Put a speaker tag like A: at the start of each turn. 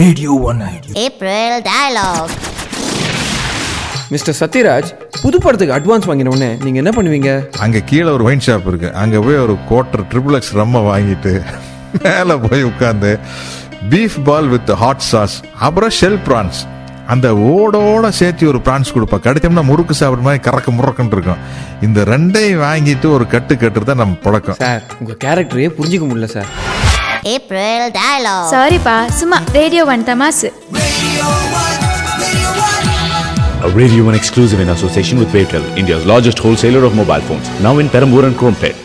A: Radio One ID
B: April Dialogue.
C: Mister Sathyaraj புது படத்துக்கு advance வாங்கின உடனே நீங்க என்ன பண்ணுவீங்க
D: அங்கே கீழே ஒரு ஒயின் ஷாப் இருக்கு அங்கே போய் ஒரு குவார்ட்டர் ட்ரிபிள் எக்ஸ் ரம்மை வாங்கிட்டு மேலே போய் உட்காந்து beef ball with hot sauce அப்புறம் ஷெல் ப்ரான்ஸ் அந்த ஓடோட சேர்த்து ஒரு ப்ரான்ஸ் கொடுப்பா கிடைச்சோம்னா முறுக்கு சாப்பிட்ற மாதிரி கறக்க முறக்குன்னு இருக்கும் இந்த ரெண்டையும் வாங்கிட்டு ஒரு கட்டு கட்டுறது தான் நம்ம பழக்கம்
C: சார் உங்க கேரக்டரையே புரிஞ்சுக்க முடியல சார்
B: April Dialogue.
E: சாரிப்பா சும்மா ரேடியோ ஒன் தமாசு
F: A Radio 1 exclusive in association with Paytel, India's largest wholesaler of mobile phones. Now in Perambur and Crompet.